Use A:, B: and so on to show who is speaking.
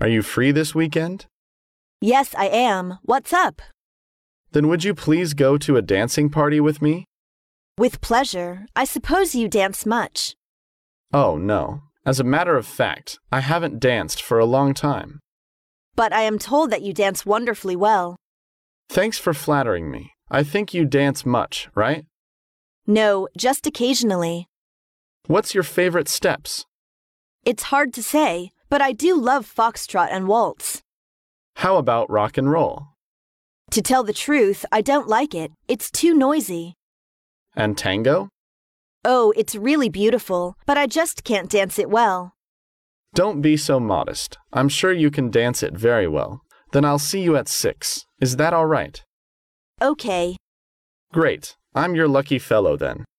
A: Are you free this weekend?
B: Yes, I am. What's up?
A: Then would you please go to a dancing party with me?
B: With pleasure. I suppose you dance much.
A: Oh, no. As a matter of fact, I haven't danced for a long time.
B: But I am told that you dance wonderfully well.
A: Thanks for flattering me. I think you dance much, right?
B: No, just occasionally.
A: What's your favorite steps?
B: It's hard to say, but I do love foxtrot and waltz.
A: How about rock and roll?
B: To tell the truth, I don't like it. It's too noisy.
A: And tango?
B: Oh, it's really beautiful, but I just can't dance it well.
A: Don't be so modest. I'm sure you can dance it very well. Then I'll see you at six. Is that all right?
B: Okay.
A: Great. I'm your lucky fellow then.